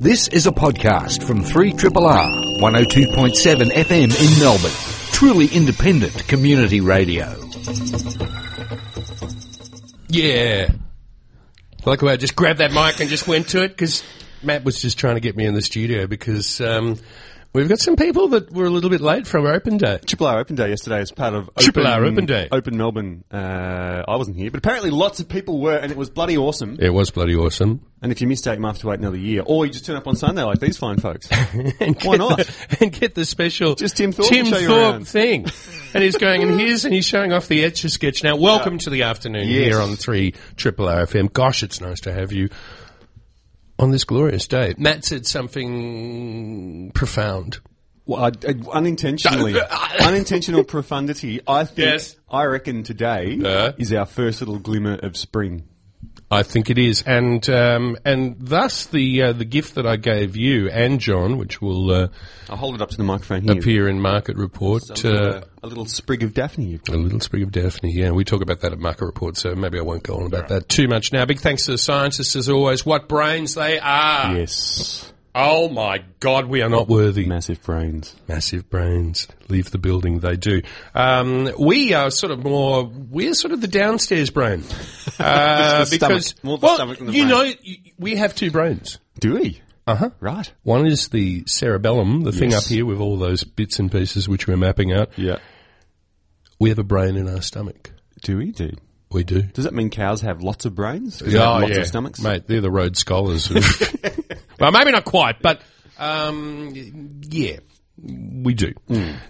This is a podcast from 3RRR 102.7 FM in Melbourne. Truly independent community radio. Yeah. I like the way I just grabbed that mic and just went to it because Matt was just trying to get me in the studio because um, we've got some people that were a little bit late from our open day. Triple R Open Day yesterday as part of Triple R Open Day. Open Melbourne. Uh, I wasn't here, but apparently lots of people were, and it was bloody awesome. It was bloody awesome. And if you missed out, you might have to wait another year, or you just turn up on Sunday like these fine folks. and Why get not? The, and get the special Just Tim Thorpe Tim to show you Thorpe around. thing. And he's going, and here's, and he's showing off the etch a sketch. Now, welcome to the afternoon here on 3 Triple R FM. Gosh, it's nice to have you on this glorious day. Matt said something profound. Well, I, I, unintentionally, unintentional profundity. I think, Yes. I reckon today Uh. is our first little glimmer of spring. I think it is, and um, and thus the uh, the gift that I gave you and John, which will uh, I'll hold it up to the microphone here. appear in Market Report, Some, uh, uh, a little sprig of Daphne you've got. a little sprig of Daphne. Yeah, we talk about that at Market Report, so maybe I won't go on about that too much now. Big thanks to the scientists, as always. What brains they are! Yes. Oh my God, we are not worthy. Massive brains. Massive brains leave the building. They do. Um, we are sort of more. We're sort of the downstairs brain uh, Just the stomach. because More the well, stomach than the you brain. know, y- we have two brains. Do we? Uh huh. Right. One is the cerebellum, the thing up Yes. here with all those bits and pieces which we're mapping out. Yeah. We have a brain in our stomach. Do we, dude? We do. Does that mean cows have lots of brains? 'Cause they have lots of stomachs? oh, Mate, they're the road scholars. well, maybe not quite, but um, yeah, we do.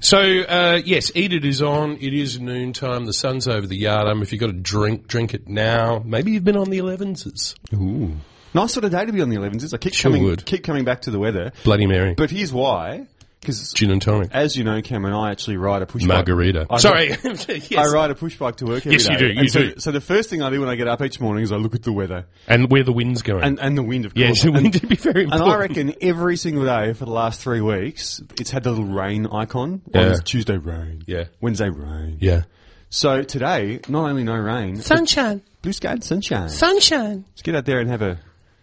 So, uh, yes, Eat It is on. It is noontime. The sun's over the yard. Um, if you've got a drink, drink it now. Maybe you've been on the 11s. Ooh. Nice sort of day to be on the 11s. is. I keep Sure coming would. keep coming back to the weather, Bloody Mary. but here's why. Because Gin and tonic. as you know, Cameron, I actually ride a push Margarita. bike. I- Sorry. yes. I ride a push bike to work every Yes, you day. do, you And so, do. So the first thing I do when I get up each morning is I look at the weather And where the wind's going. and, and the wind, of yes, course. the wind And- would be very And important. I reckon every single day for the last three weeks, it's had the little rain icon. Yeah. On Tuesday rain. Yeah. Wednesday rain. Yeah. So today, not only no rain, Sunshine, blue sky and sunshine. sunshine, Let's get out there and have a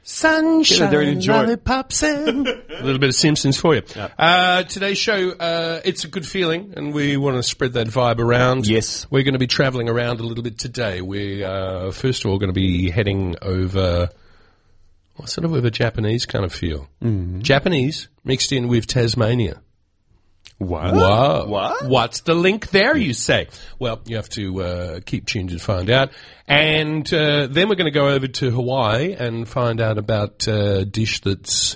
sunshine, there and enjoy it. lollipops and A little bit of Simpsons for you. Uh, today's show, uh, it's a good feeling, and we want to spread that vibe around. Yes. We're going to be travelling around a little bit today. We are, first of all, going to be heading over, well, sort of with a Japanese kind of feel. Japanese mixed in with Tasmania. wow. Wow. What? What's the link there, you say? Well, you have to uh, keep tuned and find out. And uh, then we're going to go over to Hawaii and find out about uh, a dish that's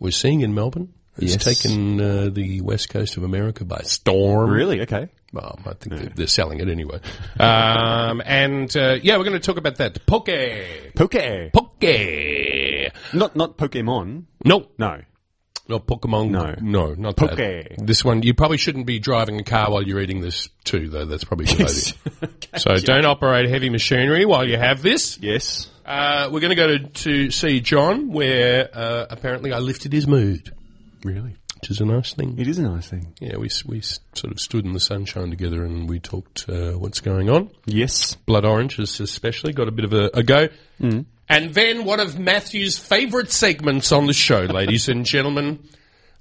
we're seeing in Melbourne. It's Yes. taken uh, the west coast of America by storm. Really? Okay. Well, I think they're, they're selling it anyway. um, and uh, yeah, we're going to talk about that. Poke. Poke. Poke. Not not Pokemon. No, No. no, Pokemon. No. no, not Poke. that. This one, you probably shouldn't be driving a car while you're eating this too, though. That's probably a good idea. So don't operate heavy machinery while you have this. yes. Uh, we're going to go to, to see John, where uh, apparently I lifted his mood, Really? which is a nice thing. It is a nice thing. Yeah, we s- we s- sort of stood in the sunshine together and we talked uh, what's going on. Yes. Blood Orange has especially got a bit of a, a go. Mm. And then one of Matthew's favourite segments on the show, ladies and gentlemen.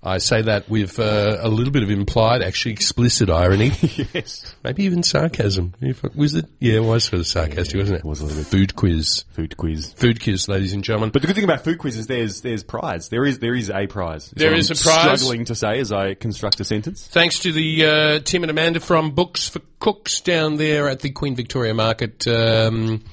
I say that with uh, a little bit of implied, actually explicit irony, Yes. maybe even sarcasm. If it- Was it? Yeah, it was sort of sarcastic, wasn't it? was a little bit. Food quiz. Food quiz. Food quiz, ladies and gentlemen. But the good thing about food quizzes, there's there's prize. There is there is a prize. There There is is a prize. Struggling to say as I construct a sentence. Thanks to the uh, Tim and Amanda from Books for Cooks down there at the Queen Victoria Market. Um,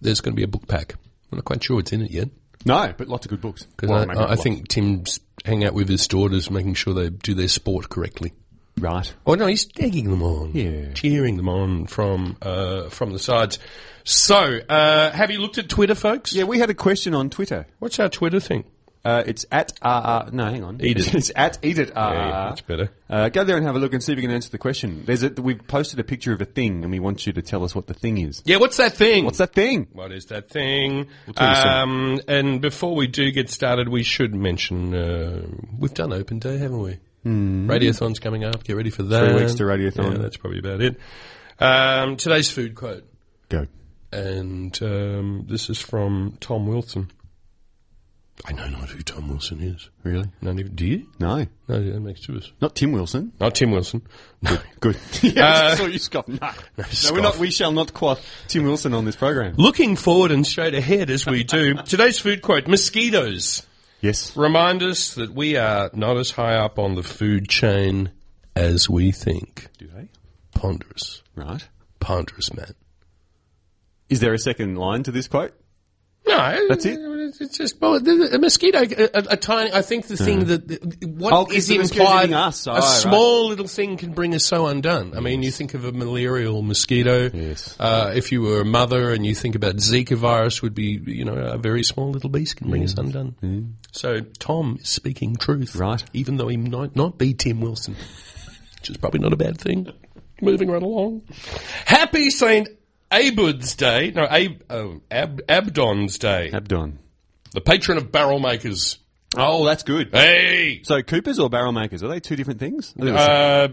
there's going to be a book pack. I'm not quite sure what's in it yet. No, but lots of good books. Well, Because maybe I, I lots. think Tim's hanging out with his daughters, making sure they do their sport correctly. right. Oh no, he's egging them on, Yeah. cheering them on from uh, from the sides. So, uh, have you looked at Twitter, folks? Yeah, we had a question on Twitter. What's our Twitter thing? Uh, it's at RR. No, hang on. Eat it. it's at Eat It RR. Yeah, that's better. Uh, go there and have a look and see if you can answer the question. There's a, we've posted a picture of a thing, and we want you to tell us what the thing is. Yeah, what's that thing? What's that thing? What is that thing? you soon. um, and before we do get started, we should mention uh, we've done open day, haven't we? Hmm. Radiothon's coming up. Get ready for that. weeks to Radiothon. Yeah, that's probably about it. Um, today's food quote. Go. and um, this is from Tom Wilson. I know not who Tom Wilson is. Really? None of, do you? No. No, that makes two of us. Not Tim Wilson. Not Tim Wilson. No. Good. yeah, I saw you scoff. No, no, scoff. we're not, we shall not quote Tim Wilson on this program. Looking forward and straight ahead as we do, today's food quote, mosquitoes Yes. remind us that we are not as high up on the food chain as we think. Do they? Ponderous. Right. Ponderous, man. Is there a second line to this quote? No, That's it? It's it's just well, the- the- a mosquito, a, a- a tiny. I think the thing that what Oh, 'cause is Hmm. the mosquito's implied, eating us. Oh, a right. small little thing can bring us so undone. I mean, you think of a malarial mosquito. Yes. Uh, if you were a mother and you think about Zika virus, would be you know a very small little beast can bring us undone. So Tom is speaking truth, Hmm. Right. Even though he might not be Tim Wilson, which is probably not a bad thing. Moving right along. Happy Saint Abud's Day. No, Ab, oh, Ab, Abdon's Day. Abdon. The patron of barrel makers. Oh, that's good. Hey! So Coopers or barrel makers, are they two different things? Uh,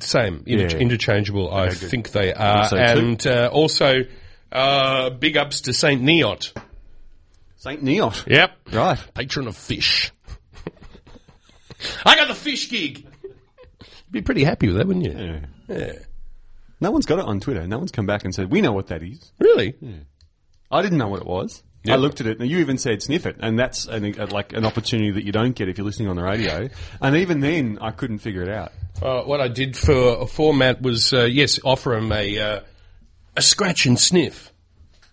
same. Inter- Yeah. Interchangeable. I think they are. So too. and uh, also, uh, big ups to St. Neot. St. Neot. Yep. Right. Patron of fish. I got the fish gig. You'd be pretty happy with that, wouldn't you? Yeah. No one's got it on Twitter. No one's come back and said, we know what that is. Really? I didn't know what it was. Yeah. I looked at it, and you even said sniff it, and that's an, uh, like an opportunity that you don't get if you're listening on the radio. And even then, I couldn't figure it out. Uh, what I did for a format was, uh, yes, offer him a, uh, a scratch and sniff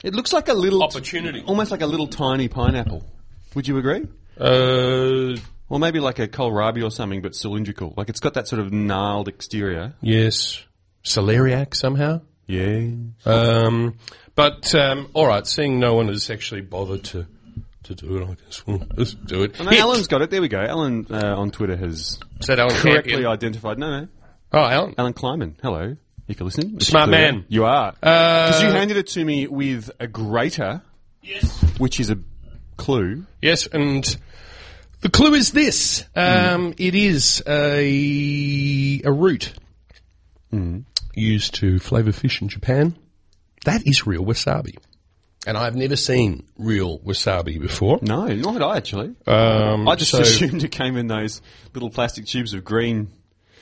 It looks like a little opportunity. almost like a little tiny pineapple. Would you agree? Uh, Or maybe like a kohlrabi or something, but cylindrical. Like it's got that sort of gnarled exterior. yes. Celeriac somehow? Yeah. Um, but um, all right, seeing no one has actually bothered to to do it, I guess we'll just do it. And Alan's got it. There we go. Alan uh, on Twitter has Is that Alan correctly Campion? identified. No, no. Oh, Alan. Alan Kleiman. Hello. If you're listening. Smart man. You are. Uh, Because you handed it to me with a grater, yes. which is a clue. Yes, and the clue is this: um, Mm. it is a a root Mm. used to flavour fish in Japan. That is real wasabi, and I've never seen real wasabi before. No, not had I actually. Um, I just so- assumed it came in those little plastic tubes of green.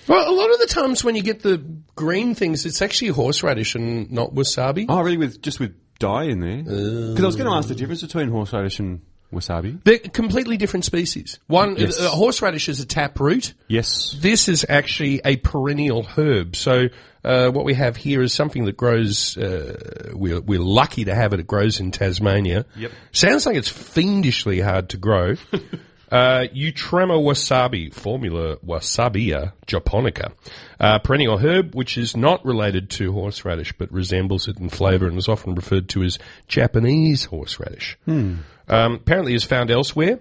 Well, a lot of the times when you get the green things, it's actually horseradish and not wasabi. Oh, really? With just with dye in there? Because I was going to ask the difference between horseradish and wasabi. They're completely different species. One, Yes. uh, horseradish is a taproot. Yes. This is actually a perennial herb. So uh, what we have here is something that grows. Uh, we're, we're lucky to have it. It grows in Tasmania. Yep. Sounds like it's fiendishly hard to grow. Uh, Eutrema wasabi, formula Wasabia japonica, uh, perennial herb which is not related to horseradish but resembles it in flavour and is often referred to as Japanese horseradish. Um, apparently is found elsewhere.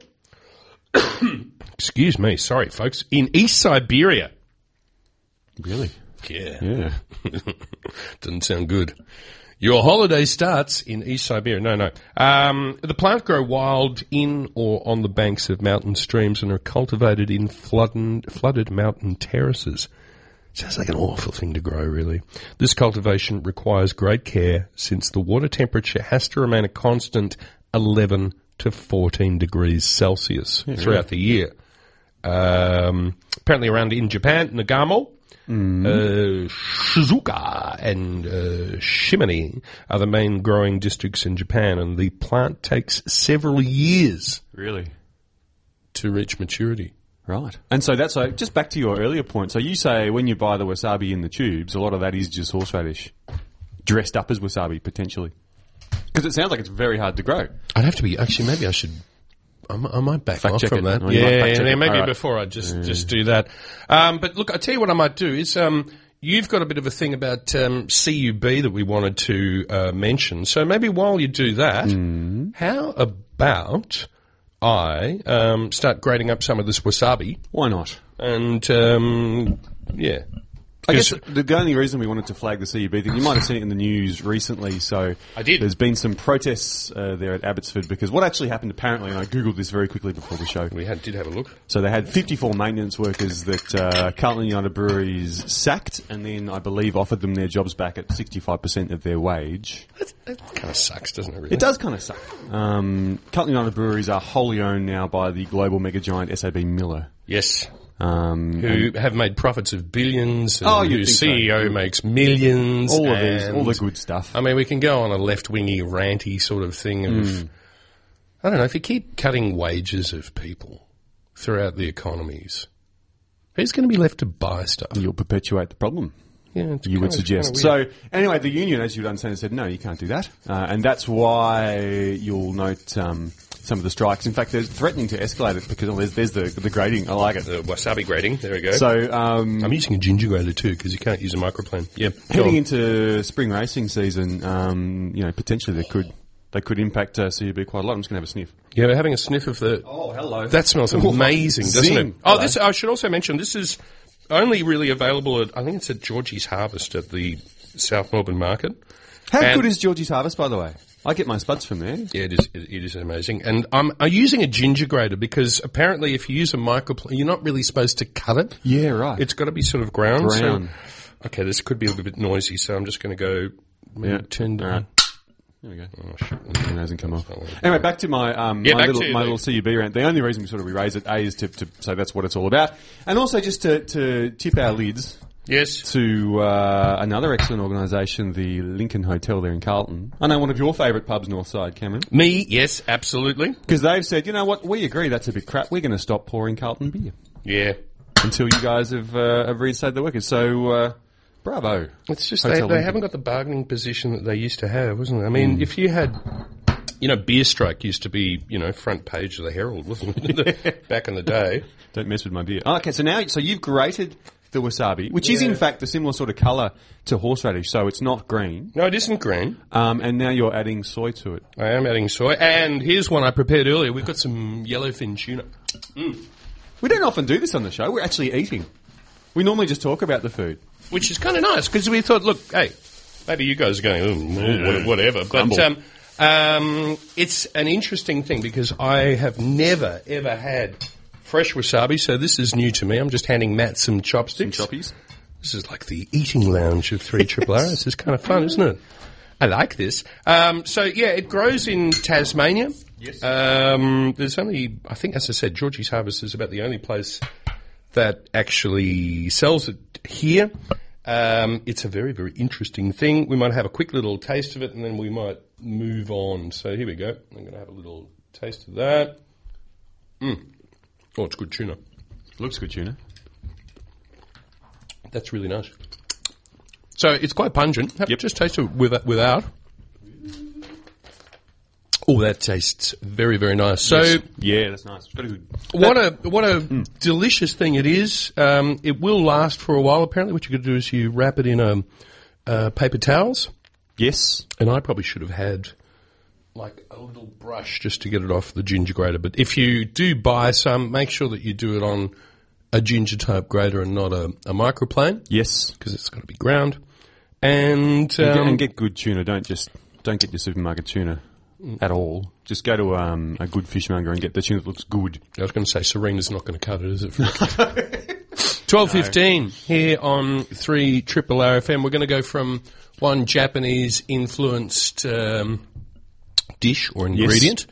Excuse me, sorry folks, in East Siberia. Really? Yeah. Yeah. Doesn't sound good. Your holiday starts in East Siberia. No, no. Um, the plant grow wild in or on the banks of mountain streams and are cultivated in flooded, flooded mountain terraces. Sounds like an awful thing to grow, really. This cultivation requires great care since the water temperature has to remain a constant 11 to 14 degrees Celsius throughout the year. Um, apparently around in Japan, Nagamo, uh, Shizuoka, and uh, Shimane are the main growing districts in Japan, and the plant takes several years Really? to reach maturity. Right. And so that's like, just back to your earlier point. So you say when you buy the wasabi in the tubes, a lot of that is just horseradish dressed up as wasabi, potentially. Because it sounds like it's very hard to grow. I'd have to be actually. Maybe I should. I, mi- I might back Fact off check from it. that. Oh, you yeah, might fact check yeah, it. maybe All right. before I just just do that. Um, but look, I tell you what I might do is um, you've got a bit of a thing about um, CUB that we wanted to uh, mention. So maybe while you do that, Hmm. how about I um, start grating up some of this wasabi Why not? and um, yeah, I guess the only reason we wanted to flag the CUB thing, you might have seen it in the news recently. So I did. There's been some protests uh, there at Abbotsford because what actually happened apparently, and I googled this very quickly before the show. We had, did have a look. So they had 54 maintenance workers that uh, Carlton United Breweries sacked, and then I believe offered them their jobs back at 65% of their wage. Kind of sucks, doesn't it? Really? It does kind of suck. Um, Carlton United Breweries are wholly owned now by the global mega giant SAB Miller. Yes. Um, Who have made profits of billions? And Oh, you'd whose think so. CEO makes millions? all of these, all the and- good stuff. I mean, we can go on a left-wingy, ranty sort of thing of, Hmm. I don't know, if you keep cutting wages of people throughout the economies, who's going to be left to buy stuff? You'll perpetuate the problem. Yeah, it's you would kinda- suggest. kinda weird. So anyway, the union, as you'd understand, said no, you can't do that, uh, and that's why you'll note um, some of the strikes. In fact, they're threatening to escalate it because oh, there's, there's the the grading. I like it. the Uh, wasabi grating, there we go. So um, I'm using a ginger grater too because you can't use a microplane. Yep. go heading on. into spring racing season, um, you know, potentially they could they could impact uh, CUB quite a lot. I'm just going to have a sniff. Yeah, we're having a sniff of the. Oh, hello. That smells amazing, doesn't it? Zing. Oh, this I should also mention. This is only really available at I think it's at Georgie's Harvest at the South Melbourne Market. How And- good is Georgie's harvest, by the way? I get my spuds from there. Yeah, it is. It, it is amazing. And I'm, I'm using a ginger grater because apparently, if you use a microplane, you're not really supposed to cut it. Yeah, right. It's got to be sort of ground. so- Ground. okay, this could be a little bit noisy, so I'm just going to go Yeah. turn down. there we go. Oh, shit. It hasn't come off. Anyway, back to my um, Yeah, my, back little, to my the- little CUB rant. The only reason we sort of we raise it a is to, to say that's what it's all about, and also just to, to tip our lids Yes. to uh, another excellent organisation, the Lincoln Hotel there in Carlton. I know one of your favourite pubs, Northside, Cameron, Me, yes, absolutely. because they've said, you know what, we agree that's a bit crap. We're going to stop pouring Carlton beer Yeah. until you guys have, uh, have reinstated the workers. So, uh, bravo. It's just Hotel they, they Lincoln. Hmm. haven't got the bargaining position that they used to have, wasn't it? I mean, if you had, you know, beer strike used to be, you know, front page of the Herald, wasn't it? Back in the day. Don't mess with my beer. Oh, Okay, so now, so you've grated the wasabi, which is in fact a similar sort of colour to horseradish, so it's not green. No, it isn't green. Um, and now you're adding soy to it. I am adding soy. And here's one I prepared earlier. We've got some yellowfin tuna. We don't often do this on the show. We're actually eating. We normally just talk about the food. which is kind of nice because we thought, look, hey, maybe you guys are going, "Oh, wha- whatever. But um, um, it's an interesting thing because I have never, ever had fresh wasabi, so this is new to me. I'm just handing Matt some chopsticks. This is like the eating lounge of 3 Triple R. This is kind of fun, isn't it? I like this. Um, so, yeah, it grows in Tasmania. Yes. Um, there's only, I think, as I said, Georgie's Harvest is about the only place that actually sells it here. Um, it's a very, very interesting thing. We might have a quick little taste of it and then we might move on. So, here we go. I'm going to have a little taste of that. Mm. Oh, it's good tuna. Looks good tuna. That's really nice. So it's quite pungent. Have- Just taste it with, without. Oh, that tastes very, very nice. So Yeah, that's nice. It's got a good. what a what a delicious thing it is. Um, it will last for a while. Apparently, what you could do is you wrap it in um, uh, paper towels. Yes. And I probably should have had like a little brush just to get it off the ginger grater. But if you do buy some, make sure that you do it on a ginger type grater and not a, a microplane Yes. because it's got to be ground. And, um, and get good tuna. Don't just don't get your supermarket tuna at all. Just go to um, a good fishmonger and get the tuna that looks good. I was going to say Serena's not going to cut it, is it? Twelve fifteen here on three Triple RFM. We're going to go from one Japanese influenced um, dish or ingredient,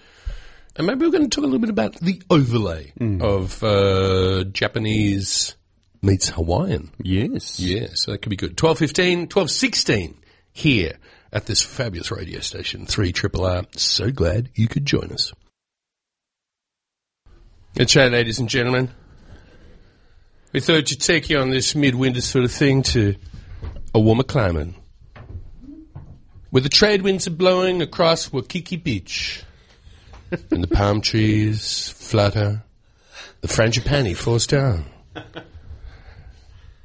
and maybe we're going to talk a little bit about the overlay Mm. of uh, Japanese meets Hawaiian. Yes. Yeah, so that could be good. 12.15, 12.16 here at this fabulous radio station, 3 Triple R. So glad you could join us. Good show, ladies and gentlemen. We thought you'd take you on this midwinter sort of thing to a warmer climate. Where the trade winds are blowing across Waikiki Beach. and the palm trees flutter. The frangipani falls down.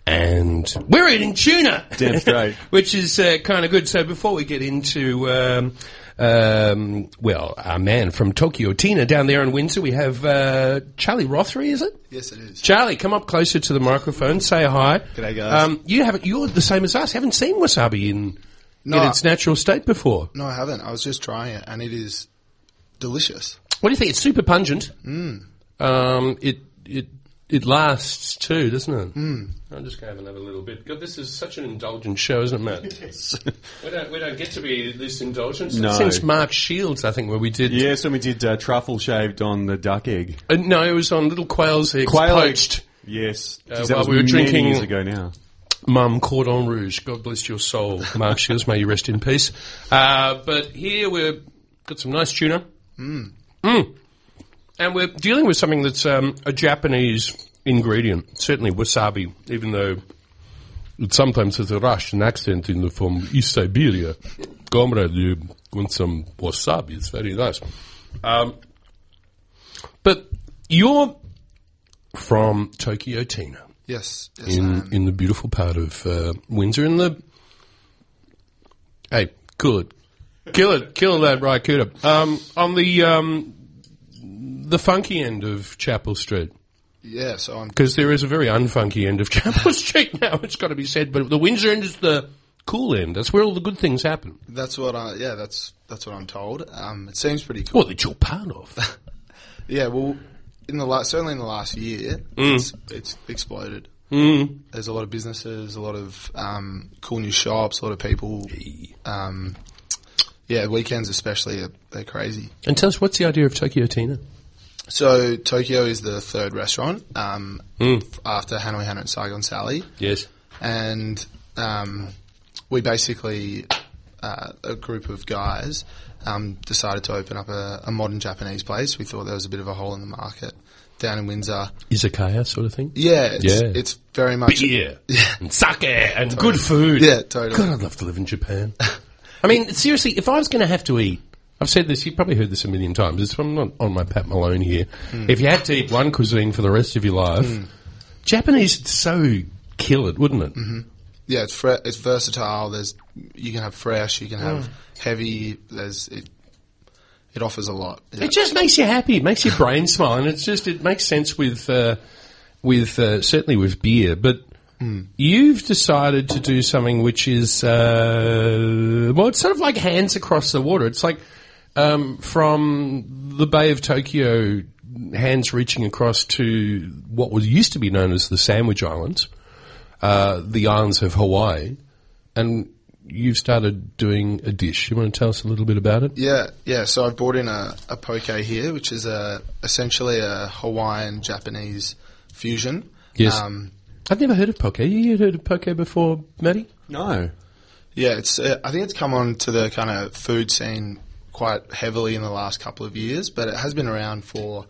And we're eating tuna! Damn straight. which is uh, kind of good. So before we get into um, um, well, our man from Tokyo, Tina, down there in Windsor. We have uh, Charlie Rothery, is it? Yes, it is. Charlie, come up closer to the microphone. Say hi. G'day, guys. Um, you haven't. You're the same as us. Haven't seen wasabi in No. in its natural state before. No, I haven't. I was just trying it, and it is delicious. What do you think? It's super pungent. Mm. Um, it it it lasts too, doesn't it? Mm. I'm just going to have another little bit. God, this is such an indulgent show, isn't it, Matt? we don't we don't get to be this indulgent No. since Mark Shields, I think, where we did. Yes, when we did uh, truffle shaved on the duck egg. Uh, no, it was on little quails eggs Quail egg. poached. Yes, Uh, Geez, while was we were many drinking- years ago now. Mum Cordon Rouge. God bless your soul, Mark Shields. May you rest in peace. Uh, but here we've got some nice tuna. Mm. And we're dealing with something that's um, a Japanese ingredient, certainly wasabi, even though it sometimes has a Russian accent in the, from East Siberia. Comrade, you want some wasabi? It's very nice. Um, but you're from Tokyo, Tina Yes. yes I in am. in the beautiful part of uh, Windsor. In the hey, cool it, kill it, kill that Rycuda. Um, on the um, the funky end of Chapel Street Yeah. So I'm. because there is a very unfunky end of Chapel Street now. It's got to be said, but the Windsor end is the cool end. That's where all the good things happen. That's what I. Yeah. That's that's what I'm told. Um, it seems pretty cool. Well, that you're part of. Yeah. Well, in the last certainly in the last year, it's, it's exploded. Mm. There's a lot of businesses, a lot of um, cool new shops, a lot of people. Um, yeah, weekends especially are, they're crazy. And tell us what's the idea of Tokyo Tina? So Tokyo is the third restaurant um, Mm. f- after Hanoi Hanoi and Saigon Sally, Yes. and um, we basically uh, a group of guys um, decided to open up a, a modern Japanese place. We thought there was a bit of a hole in the market down in Windsor. Izakaya sort of thing. Yeah, it's, Yeah. it's very much beer and sake and good food. Yeah, totally. God, I'd love to live in Japan. I mean, seriously, if I was going to have to eat, I've said this, you've probably heard this a million times. It's, I'm not on my Pat Malone here. Hmm. If you had to eat one cuisine for the rest of your life, Japanese would so kill it, wouldn't it? Hmm. yeah, it's fre- it's versatile. There's you can have fresh, you can have heavy. There's it. It offers a lot. Yeah. It just makes you happy. It makes your brain smile, and it's just it makes sense with uh, with uh, certainly with beer. But you've decided to do something which is uh, well, it's sort of like hands across the water. It's like um, from the Bay of Tokyo, hands reaching across to what was used to be known as the Sandwich Islands, uh, the islands of Hawaii, and. You've started doing a dish. You want to tell us a little bit about it? Yeah, yeah. So I've brought in a, a poke here, which is a essentially a Hawaiian Japanese fusion. Yes. Um, I've never heard of poke. You had heard of poke before, Matty? No, yeah, it's. Uh, I think it's come on to the kind of food scene quite heavily in the last couple of years, but it has been around for.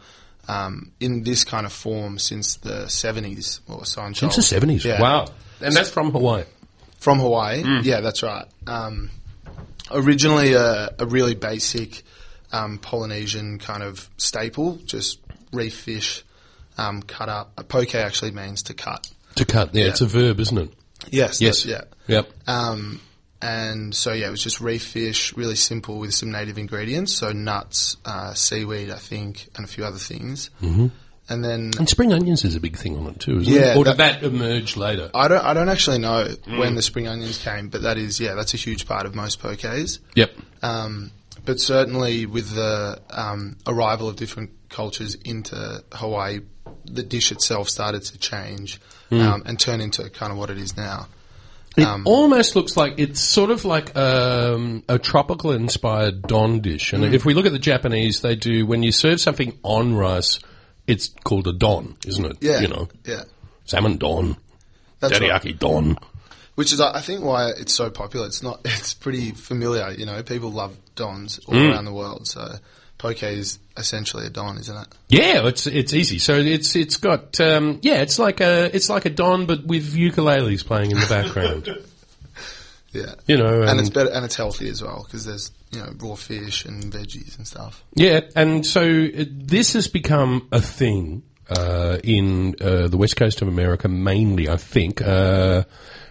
Um, in this kind of form since the 70s or Sancho. It's the seventies. Yeah. Wow, and that's from Hawaii. From Hawaii. Yeah, that's right. Um, originally a, a really basic um, Polynesian kind of staple, just reef fish um, cut up. A poke actually means to cut. To cut, yeah, Uh, it's a verb, isn't it? Yes. Yes. that- yeah. Yep. Um, and so yeah, it was just reef fish, really simple with some native ingredients, so nuts, uh, seaweed, I think, and a few other things. Mm-hmm. And then and spring onions is a big thing on it too, isn't Yeah, it? Or did that emerge later? I don't, I don't actually know when the spring onions came, but that is yeah, that's a huge part of most pokés. Yep. Um, but certainly with the um, arrival of different cultures into Hawaii, the dish itself started to change um, and turn into kind of what it is now. Mm. Um, It almost looks like it's sort of like um, a tropical inspired don dish. And if we look at the Japanese, they do when you serve something on rice, it's called a don, isn't it? Yeah. You know, Yeah. salmon don, That's right. teriyaki don. Which is, I I think, why it's so popular. It's not. It's pretty familiar. You know, people love dons all Mm. around the world. So, poke is essentially a don, isn't it? Yeah, it's it's easy. So it's it's got um, yeah, it's like a it's like a don, but with ukuleles playing in the background. Yeah. you know, um, and, And it's better, and it's healthy as well because there's you know raw fish and veggies and stuff. yeah, and so it, this has uh, become a thing uh, in uh, the west coast of America, mainly, I think. Uh,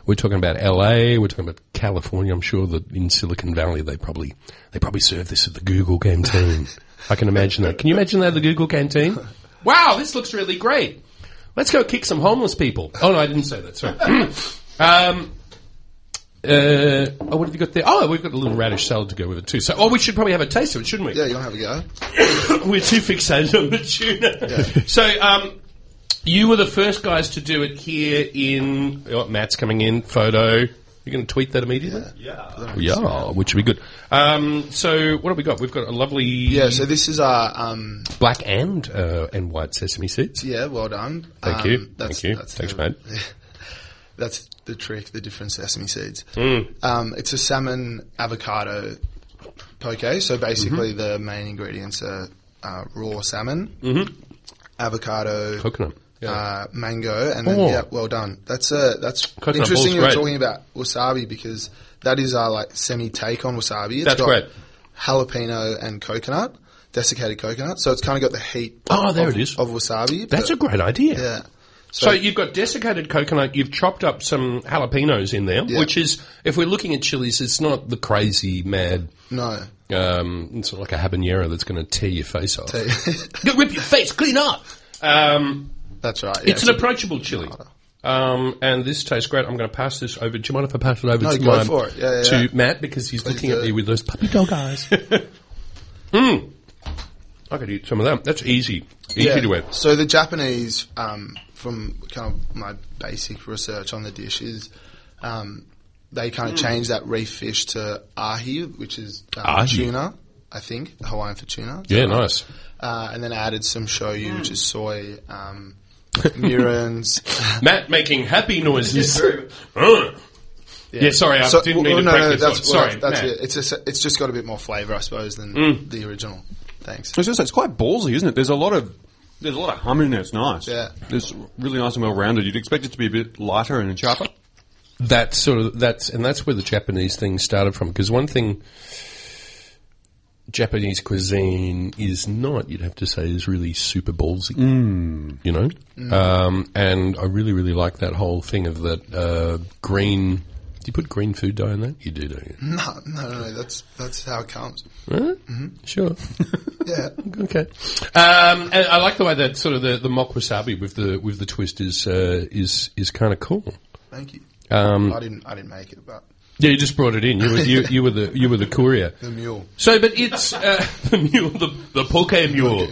we're talking about LA. We're talking about California. I'm sure that in Silicon Valley they probably they probably serve this at the Google canteen. I can imagine that. Can you imagine that at the Google canteen? Wow, this looks really great. Let's go kick some homeless people. Oh no, I didn't say that. Sorry. um, uh, oh, what have you got there? Oh, we've got a little radish salad to go with it too. So, oh, we should probably have a taste of it, shouldn't we? Yeah, you want to have a go? we're too fixated on the tuna. So, um, you were the first guys to do it here in. Oh, Matt's coming in. Photo. You're going to tweet that immediately. Yeah. Yeah, which would be good. Um, so, what have we got? We've got a lovely Yeah, so this is our um, black and uh, and white sesame seeds. Yeah, well done. Thank Um, you. Thank you. That's Thanks, the, mate. That's the trick, the different sesame seeds. Mm. Um, it's a salmon avocado poke. So basically, Mm-hmm. the main ingredients are uh, raw salmon, avocado, Mm-hmm. Coconut. Yeah. uh, mango, and then Oh. yeah, well done. That's a that's Coconut interesting. ball's You're great. talking about wasabi because that is our like semi take on wasabi. It's That's got great. Jalapeno and coconut, desiccated coconut. So it's kind of got the heat. Oh, there of, it is. of wasabi. That's a but- great idea. yeah. So you've got desiccated coconut. You've chopped up some jalapenos in there, which is, if we're looking at chilies, it's not the crazy mad No. Um, it's sort of like a habanero that's going to tear your face off. Go Rip your face clean up. Um, That's right. yeah. it's an approachable chili. Um, and this tastes great. I'm going to pass this over. Do you mind if I pass it over to, go my- for it. Yeah, yeah, to yeah. Matt because he's looking do at me it. with those puppy dog eyes? Mmm. I could eat some of that. That's easy. Easy Yeah. to eat. So the Japanese, um, from kind of my basic research on the dish, is um, they kind Hmm. of changed that reef fish to ahi, which is um, Ahi. tuna, I think, Hawaiian for tuna. Yeah, nice. Uh, and then I added some shoyu, which Hmm. is soy, um, murins. Matt making happy noises. Ugh. Yeah, sorry, I didn't mean to no, break no, this that's, one. well, Sorry, Hmm. that's Matt. it. It's just it's just got a bit more flavour, I suppose, than the original. Thanks. I was gonna say, it's quite ballsy, isn't it? There's a lot of there's a lot of hum in there. It's nice. Yeah. it's really nice and well rounded. You'd expect it to be a bit lighter and sharper. that's sort of that's and that's where the Japanese thing started from. Because one thing Japanese cuisine is not, you'd have to say, is really super ballsy. You know, um, and I really, really like that whole thing of that uh, green. Do you put green food dye in that? You do, don't you? No, no, no, no. That's that's how it comes. Huh? Sure. Yeah. okay. Um, and I like the way that sort of the, the mock wasabi with the with the twist is uh, is is kind of cool. Thank you. Um, I didn't I didn't make it, but Yeah, you just brought it in. You were you, you were the you were the courier. the mule. So, but it's uh, the mule, the, the poke mule.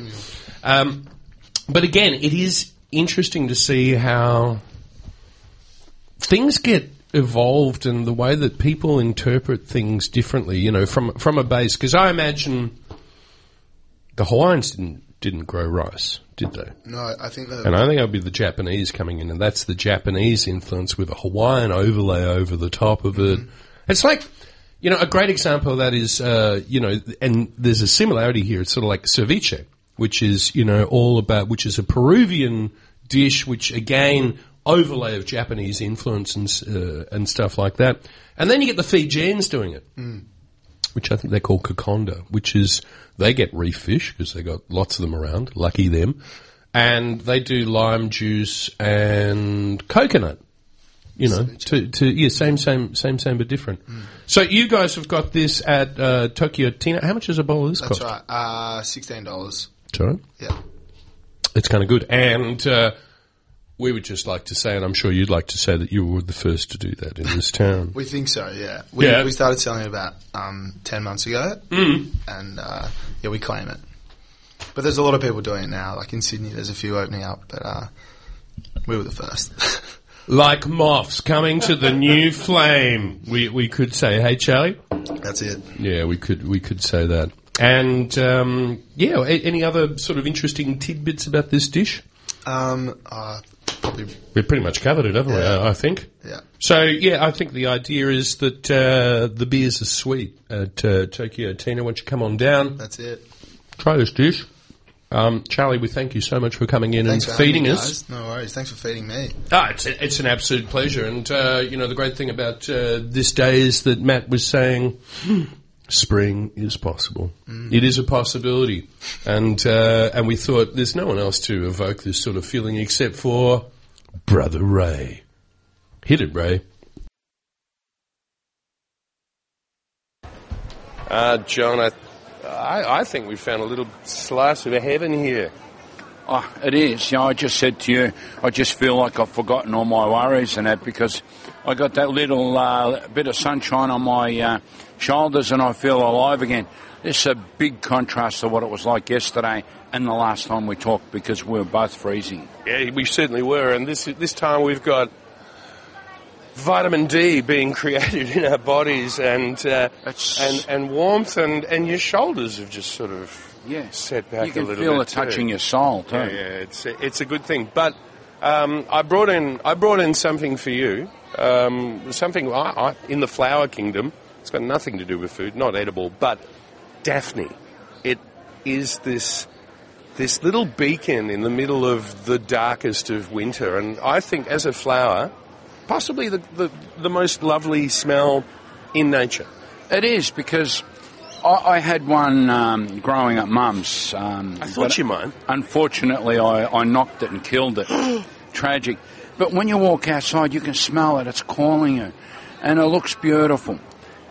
Um, but again, it is interesting to see how things get evolved and the way that people interpret things differently. You know, from from a base because I imagine the Hawaiians didn't didn't grow rice, did they? No, I think the And I think it'll be the Japanese coming in, and that's the Japanese influence with a Hawaiian overlay over the top of it. It's like, you know, a great example of that is, uh, you know, and there's a similarity here. It's sort of like ceviche, which is, you know, all about, which is a Peruvian dish, which again, overlay of Japanese influence and, s- uh, and stuff like that. And then you get the Fijians doing it which I think they call Kokonda, which is they get reef fish because they got lots of them around. Lucky them, and they do lime juice and coconut. You know, to, to yeah, same same same same but different. Hmm. So you guys have got this at uh, Tokyo Tina. How much does a bowl of this that's cost? right. Uh, sixteen dollars. Sorry? Yeah. It's kind of good, and uh, we would just like to say, and I'm sure you'd like to say that you were the first to do that in this town. We think so, yeah. We, Yeah. Mm. we started selling it about um, 10 months ago, and uh, yeah, we claim it. But there's a lot of people doing it now. Like in Sydney, there's a few opening up, but uh, we were the first. like moths coming to the new flame, we we could say, "Hey, Charlie." that's it. Yeah, we could we could say that. And um, yeah, a- any other sort of interesting tidbits about this dish? Um, uh, probably, We've pretty much covered it, haven't we? I I think. yeah. So yeah, I think the idea is that uh, the beers are sweet at uh, Tokyo Tina. Why don't you come on down, That's it. try this dish. Um, Charlie, we thank you so much for coming in Thanks and for feeding having me, us. guys. No worries. Thanks for feeding me. Ah, it's, it's an absolute pleasure. And, uh, you know, the great thing about uh, this day is that Matt was saying spring is possible. It is a possibility, and uh, and we thought there's no one else to evoke this sort of feeling except for Brother Ray. Hit it, Ray. Uh, John, I, I, I think we found a little slice of heaven here. Oh, it is. You know, I just said to you, I just feel like I've forgotten all my worries and that because I got that little uh, bit of sunshine on my uh, shoulders and I feel alive again. This is a big contrast to what it was like yesterday and the last time we talked because we were both freezing. Yeah, we certainly were, and this this time we've got vitamin D being created in our bodies, and uh, That's- and and warmth, and and your shoulders have just sort of Yeah. set back you can a little feel bit it touching too. your soul too. Yeah, yeah, it's a, it's a good thing. But um, I brought in I brought in something for you, um, something I, I, in the flower kingdom. It's got nothing to do with food, not edible, but Daphne. It is this this little beacon in the middle of the darkest of winter, and I think as a flower, possibly the the, the most lovely smell in nature. It is because I, I had one um, growing at mum's. Um, I thought but you might. Unfortunately, I, I knocked it and killed it. Tragic. But when you walk outside, you can smell it. It's calling you, and it looks beautiful.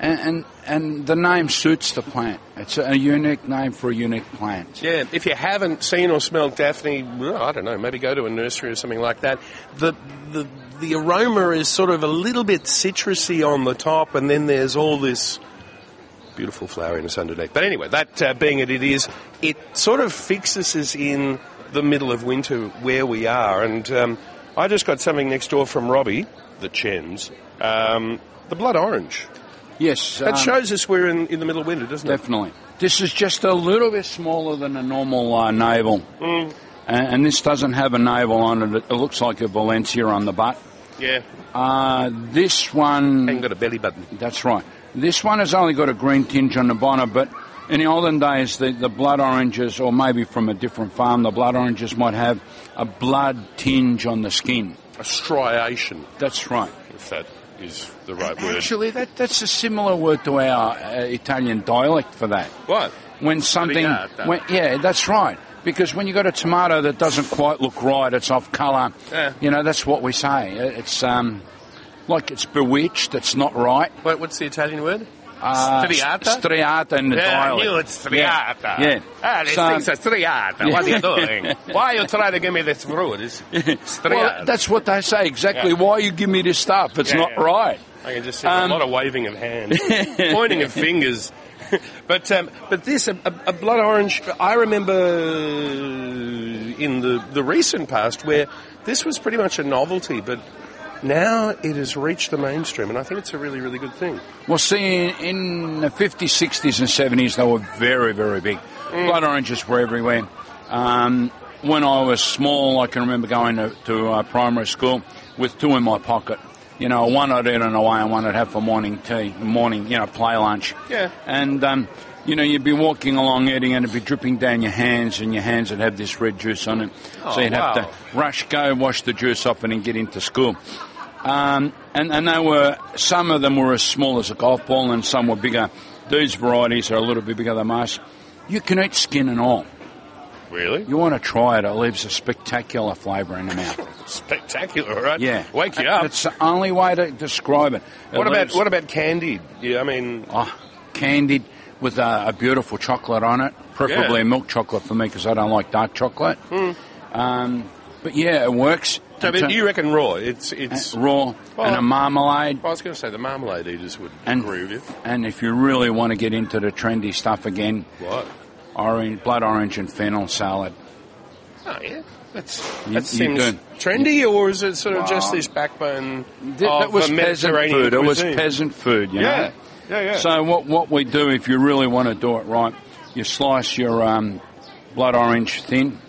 And and, and the name suits the plant. It's a, a unique name for a unique plant. Yeah, if you haven't seen or smelled Daphne, well, I don't know, maybe go to a nursery or something like that. The, the, the aroma is sort of a little bit citrusy on the top, and then there's all this beautiful floweriness underneath. But anyway, that uh, being it, it is, it sort of fixes us in the middle of winter where we are. And um, I just got something next door from Robbie, the Chens, um, the blood orange. Yes, That um, shows us we're in, in the middle of winter, doesn't it? definitely. This is just a little bit smaller than a normal uh, navel, Mm. and, and this doesn't have a navel on it. It- It looks like a Valencia on the butt. Yeah. Uh, this one, Ain't got a belly button. that's right. This one has only got a green tinge on the bonnet, but in the olden days, the, the blood oranges, or maybe from a different farm, the blood oranges might have a blood tinge on the skin. A striation. That's right. if that is the right word. Actually, that, that's a similar word to our uh, Italian dialect for that. What? When something, Rigata. when, yeah, that's right. Because when you got a tomato that doesn't quite look right, it's off colour. Yeah. You know, that's what we say. It- It's um, like it's bewitched. It's not right. Wait, what's the Italian word? Uh, Striata? s- Striata in the Yeah, I dialect. knew it's Yeah, striata. Yeah. Ah, this So- thing's a striata. What are you doing? Why are you trying to give me this word? It's striata. well, that's what they say exactly. Yeah. Why you give me this stuff? It's Yeah, not yeah. right. I can just see Um, a lot of waving of hands, pointing of fingers. but um, but this a, a, a blood orange. I remember in the the recent past where this was pretty much a novelty, but now it has reached the mainstream, and I think it's a really really good thing. Well, see, in, in the 50s, 60s, and 70s, they were very, very big. Blood oranges were everywhere. Um, when I was small, I can remember going to, to uh, primary school with two in my pocket. You know, one I'd eat on the way and one I'd have for morning tea, morning, you know, play lunch. Yeah. And, um, you know, you'd be walking along eating and it'd be dripping down your hands and your hands would have this red juice on it. so you'd have Oh, wow. to rush, go, wash the juice off and then get into school. Um, and, and they were, some of them were as small as a golf ball and some were bigger. These varieties are a little bit bigger than most. You can eat skin and all. Really You want to try it, it leaves a spectacular flavour in the mouth. spectacular, right? Yeah. wake you up. It's the only way to describe it. It What about leaves- what about candied? Yeah, I mean, Oh, candied with a, a beautiful chocolate on it, preferably Yeah. Hmm. milk chocolate for me because I don't like dark chocolate. Um, but yeah, it works. so It's a- you reckon raw? It's it's. raw and a marmalade. I was going to say the marmalade eaters would And, agree with you. and if you really want to get into the trendy stuff again, What? orange, blood orange and fennel salad. Oh yeah, that's You- that you seems don't- trendy, or is it sort of just this backbone Th- of that was the peasant Mediterranean food. It was cuisine? peasant food, you Yeah. know. yeah, yeah. So what what we do if you really want to do it right, you slice your um, blood orange thin,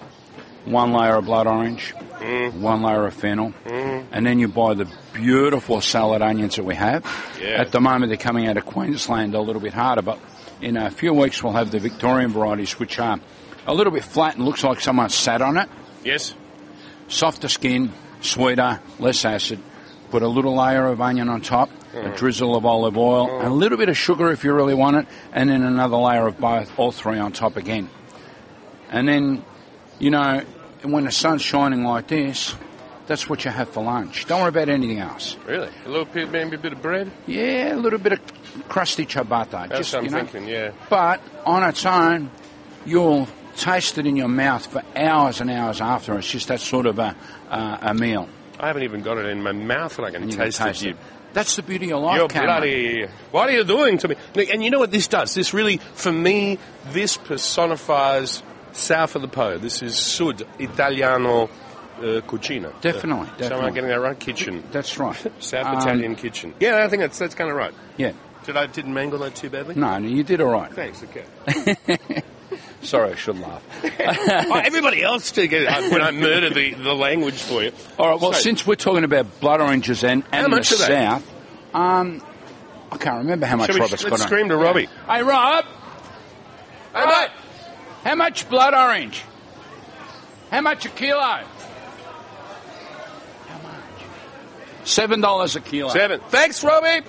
one layer of blood orange, Mm. one layer of fennel, and then you buy the beautiful salad onions that we have. Yeah. At the moment they're coming out of Queensland a little bit harder, but in a few weeks we'll have the Victorian varieties, which are a little bit flat and looks like someone sat on it. yes, Softer skin, sweeter, less acid. Put a little layer of onion on top, Mm. a drizzle of olive oil, and a little bit of sugar if you really want it, and then another layer of both, all three on top again. And then, you know, when the sun's shining like this, that's what you have for lunch. Don't worry about anything else. Really? A little bit, maybe a bit of bread? Yeah, a little bit of crusty ciabatta. That's just, what I'm you know, thinking, yeah. but on its own, you'll taste it in your mouth for hours and hours after. It's just that sort of a, uh, a meal. I haven't even got it in my mouth and I can You can taste, taste it. You it. That's the beauty of life, You're Cameron. bloody. What are you doing to me? Nick, And you know what this does? This really, for me, this personifies south of the Po. This is Sud Italiano uh, Cucina. Definitely, So am I definitely. getting that right? Kitchen. That's right. South Um, Italian kitchen. Yeah, I think that's, that's kind of right. Yeah. Did I didn't mangle that too badly? No, no, you did all right. Thanks. Okay. Sorry, I should laugh. Oh, everybody else to get I- when I murder the, the language for you. All right. Well, So- since we're talking about blood oranges and, and How much the are they? south, um, I can't remember how much Shall we Robert's just, let's got. on- scream to Robbie. Hey, Rob. Hey, mate. How much blood orange? How much a kilo? How much? Seven dollars a kilo. Seven. Thanks, Robbie.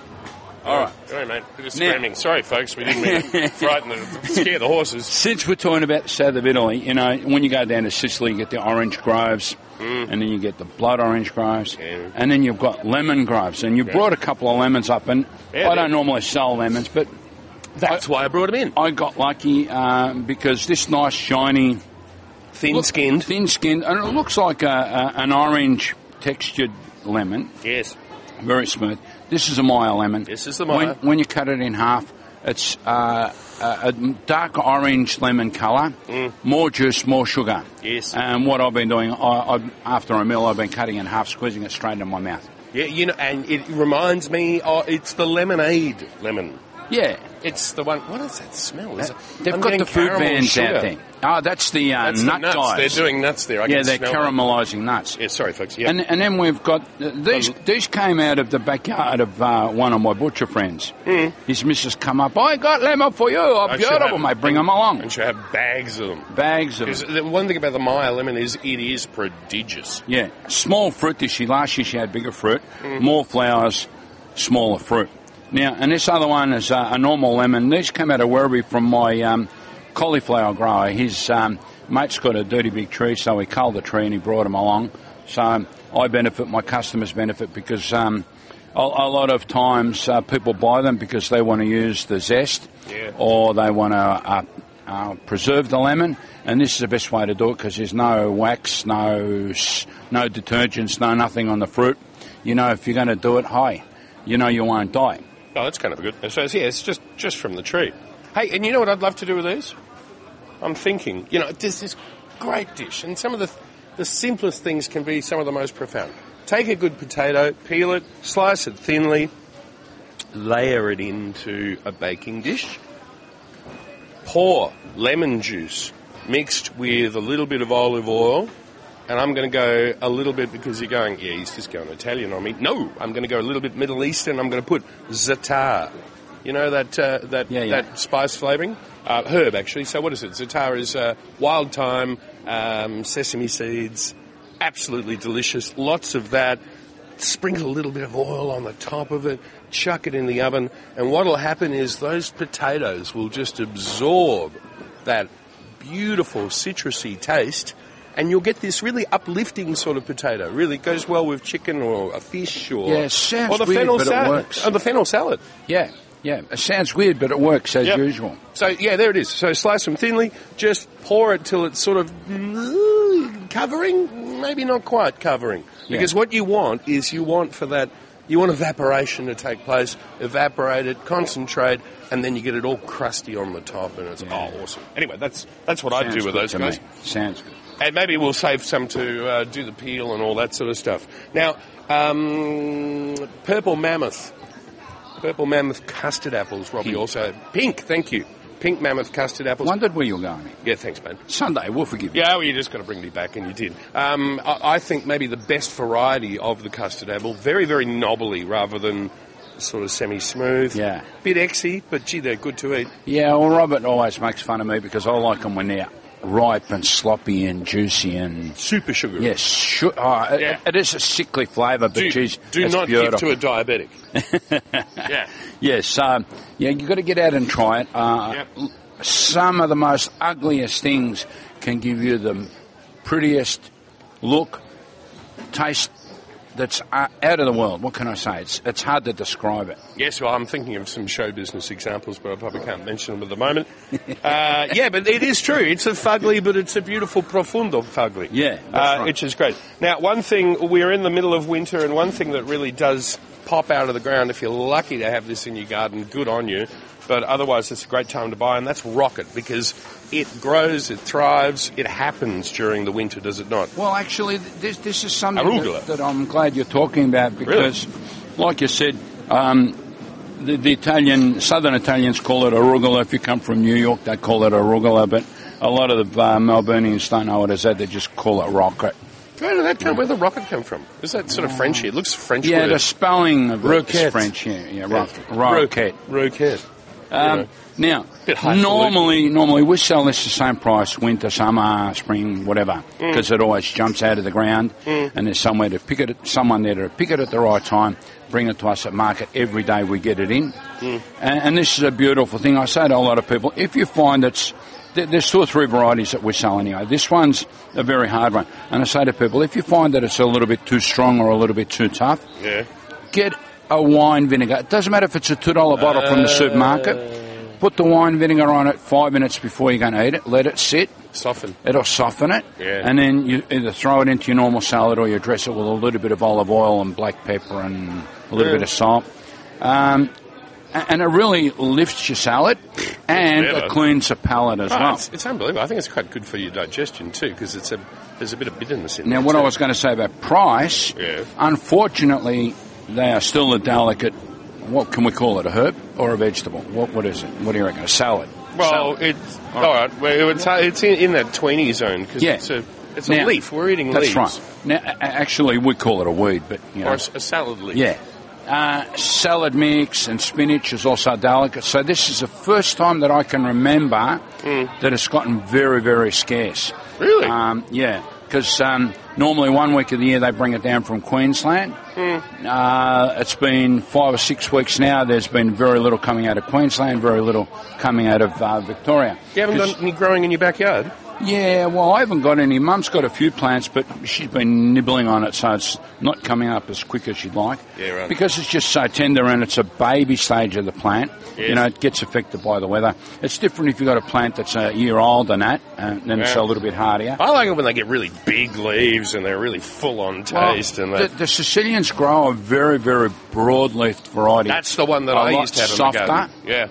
All right. All right, mate. Bit of Now- screaming. Sorry, folks. We didn't mean to frighten the, scare the horses. Since we're talking about the south of Italy, you know, when you go down to Sicily, you get the orange groves, and then you get the blood orange groves, Mm. Yeah. and then you've got lemon groves. And you brought a couple of lemons up, and I Yeah, they- don't normally sell lemons, but That's why I brought him in. I got lucky um, because this nice shiny Thin skinned. thin skinned, and it looks like a, a, an orange textured lemon, Yes. very smooth. This is a Maya lemon. This is the Maya. When, when you cut it in half, it's uh, a, a dark orange lemon colour, more juice, more sugar. Mm. Yes. And what I've been doing I, I, after a meal, I've been cutting it in half, squeezing it straight into my mouth. Yeah, you know, and it reminds me, oh, it's the lemonade lemon. Yeah. It's the one. What is that smell? Is it, They've I'm got getting the food caramel vans sugar. out there. Oh, that's the, uh, That's the nut nuts. guys. They're doing nuts there. I yeah, can they're smell them. caramelising nuts. Yeah, sorry, folks. Yeah. Um, And, and then we've got uh, these. These came out of the backyard of uh, one of my butcher friends. Mm. His missus come up. I got lemon for you. Oh, Hmm. I should beautiful, have- mate. Bring them along. And should have bags of them. Bags of 'Cause them. the one thing about the Maya lemon is it is prodigious. Yeah, small fruit this year. Last year she had bigger fruit, more flowers, smaller fruit. Now, and this other one is uh, a normal lemon. These came out of Werribee from my um, cauliflower grower. His um, mate's got a dirty big tree, so he culled the tree and he brought them along. So um, I benefit, my customers benefit because um, a, a lot of times uh, people buy them because they want to use the zest Yeah. or they want to uh, uh, preserve the lemon. And this is the best way to do it because there's no wax, no s- no detergents, no nothing on the fruit. You know, if you're going to do it, high, you know you won't die. Oh, that's kind of good. So it's- yeah, it's just just from the tree. Hey, and you know what I'd love to do with these? I'm thinking, you know, there's this great dish, and some of the the simplest things can be some of the most profound. Take a good potato, peel it, slice it thinly, layer it into a baking dish. Pour lemon juice mixed with a little bit of olive oil, and I'm going to go a little bit because you're going, yeah, he's just going Italian on me. No, I'm going to go a little bit Middle Eastern. I'm going to put zatar. You know that uh, that Yeah, yeah. that spice flavouring uh, herb actually. So what is it? Zatar is uh, wild thyme, um, sesame seeds. Absolutely delicious. Lots of that. Sprinkle a little bit of oil on the top of it. Chuck it in the oven, and what'll happen is those potatoes will just absorb that beautiful citrusy taste and you'll get this really uplifting sort of potato. Really, it goes well with chicken or a fish or Yeah, it sounds or the weird, fennel but it salad. works. Or the fennel salad. Yeah, yeah. It sounds weird, but it works as Yep. usual. So yeah, there it is. So slice them thinly. Just pour it till it's sort of mm, covering, maybe not quite covering, Yeah. because what you want is you want for that. You want evaporation to take place, evaporate it, concentrate, and then you get it all crusty on the top, and it's oh, awesome. Anyway, that's that's what I Sounds do with good those to guys. me. Sounds good. And maybe we'll save some to uh, do the peel and all that sort of stuff. Now, um, purple mammoth. Purple mammoth custard apples, Robbie, Pink. also. Pink, thank you. Pink mammoth custard apples. Wondered where you're going. Yeah, thanks, man. Sunday, we'll forgive you. Yeah, well, you just got to bring me back, and you did. Um, I, I think maybe the best variety of the custard apple, very, very knobbly rather than sort of semi smooth. Yeah. Bit exy, but gee, they're good to eat. Yeah, well, Robert always makes fun of me because I like them when they're ripe and sloppy and juicy and Super sugar. yes, sure. Oh, it- Yeah. it is a sickly flavour, but Do, geez, do it's not beautiful. give to a diabetic. yeah. Yes, um, yeah, you've got to get out and try it. Uh, Yep. l- Some of the most ugliest things can give you the prettiest look, taste that's uh, out of the world. What can I say? It's, it's hard to describe it. Yes, well, I'm thinking of some show business examples, but I probably can't mention them at the moment. uh, yeah, but it is true. It's a fugly, but it's a beautiful profundo fugly. Yeah, that's uh, right. which is great. Now, one thing we are in the middle of winter, and one thing that really does pop out of the ground if you're lucky to have this in your garden, good on you. But otherwise, it's a great time to buy, and that's rocket because it grows, it thrives, it happens during the winter, does it not? Well, actually, th- this this is something Arugula. that, that I'm glad you're talking about because, like you said, um, the, the Italian southern Italians call it arugula. If you come from New York, they call it arugula, but a lot of the uh, Melburnians don't know what it is. They just call it rocket. Where did that come? Where the rocket come from? Is that sort of Frenchy? It looks French. Yeah, word. the spelling of it Roquette. is French. Yeah, yeah, Yeah. ro- roquette. Roquette. Um, now, Bit highfalutin. normally, normally we sell this the same price, winter, summer, spring, whatever, because it always jumps out of the ground, and there's somewhere to pick it, at- someone there to pick it at the right time, bring it to us at market every day we get it in, and, and this is a beautiful thing. I say to a lot of people, if you find it's there- there's two or three varieties that we sell anyway. This one's a very hard one, and I say to people, if you find that it's a little bit too strong or a little bit too tough, Yeah. get a wine vinegar. It doesn't matter if it's a two dollar bottle from the Uh. supermarket. Put the wine vinegar on it five minutes before you're going to eat it. Let it sit. Soften. It'll soften it, Yeah. and then you either throw it into your normal salad or you dress it with a little bit of olive oil and black pepper and a little bit of salt. Um, a- and it really lifts your salad, and clever. it cleans the palate as Oh, well. it's, it's unbelievable. I think it's quite good for your digestion too, because it's a there's a bit of bitterness in Now, there. what too. I was going to say about price, Yeah. unfortunately, they are still a delicate. What can we call it? A herb or a vegetable? What what is it? What do you reckon? A salad. well, it's all right. Well, it's uh, it's in, in that twenty zone because Yeah. it's a it's Now- a leaf. We're eating That's leaves. right. Now, a- a- actually, we call it a weed, but you know, Or a, s- a salad leaf. yeah. Uh, salad mix and spinach is also delicate. So this is the first time that I can remember that it's gotten very, very scarce. Hmm. Really? Um, yeah, because um, normally one week of the year they bring it down from Queensland. Hmm. Uh, it's been five or six weeks now. There's been very little coming out of Queensland, very little coming out of uh, Victoria. You haven't 'Cause- got any growing in your backyard. yeah, well, I haven't got any. Mum's got a few plants, but she's been nibbling on it, so it's not coming up as quick as she'd like. Yeah, right. Because it's just so tender and it's a baby stage of the plant. Yes. You know, it gets affected by the weather. It's different if you've got a plant that's a year old than that, and then it's a Yeah. little bit hardier. I like it when they get really big leaves and they're really full on Well, taste and the, they, the Sicilians grow a very, very broad-leafed variety. that's the one that a I lot used to have softer, in the garden. Yeah.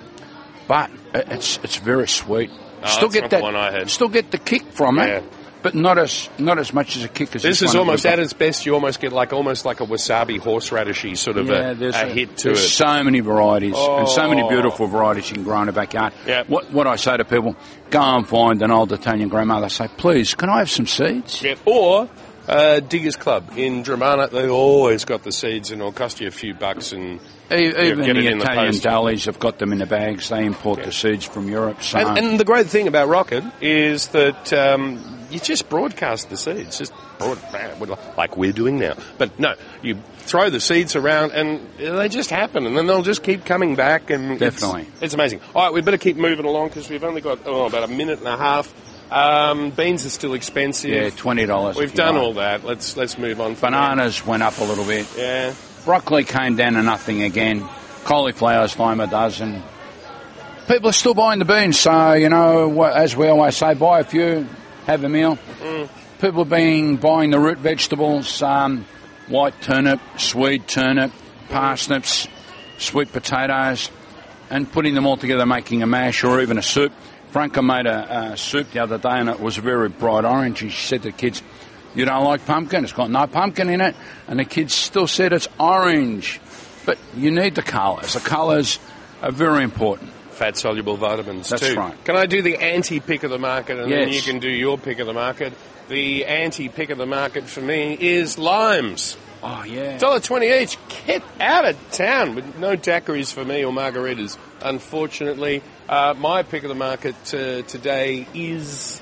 but it- Uh, it's it's very sweet. still Oh, that's get not the that. one I had. Still get the kick from Yeah. it, but not as not as much as a kick as This one is that almost we've got. at its best. You almost get like almost like a wasabi horseradishy sort of a, a hit to it. there's so many varieties and so many Oh. beautiful varieties you can grow in a backyard. Yep. What, what I say to people, go and find an old Italian grandmother. Say, please, can I have some seeds? Yep. Or uh, Diggers Club in Dramana, they always got the seeds, and it'll cost you a few bucks. And E- Even get it the in the Italian post. dallies have got them in the bags. They import the seeds from Europe. So and, and the great thing about Rocket is that um, you just broadcast the seeds, just broad, like we're doing now. But no, you throw the seeds around, and they just happen, and then they'll just keep coming back. And it's- Definitely. it's, amazing. All right, we better keep moving along because we've only got oh, about a minute and a half. Um, beans are still expensive. yeah, twenty dollars. We've done all that. Let's let's move on. from Bananas went up a little bit. there. Yeah. Broccoli came down to nothing again. Cauliflower's dime a dozen. People are still buying the beans, so you know, wha- as we always say, buy a few, have a meal. People have been buying the root vegetables: um, white turnip, swede turnip, parsnips, sweet potatoes, and putting them all together, making a mash or even a soup. Franca made a, a soup the other day, and it was very bright orange. And she said to the kids, "You don't like pumpkin? It's got no pumpkin in it." And the kids still said it's orange, but you need the colours. The colours are very important. fat soluble vitamins That's too. right. Can I do the anti pick of the market and then you Yes. can do your pick of the market? The anti pick of the market for me is limes. Oh yeah. Dollar twenty each. Get out of town with no daiquiris for me or margaritas. Unfortunately, uh, my pick of the market uh, today is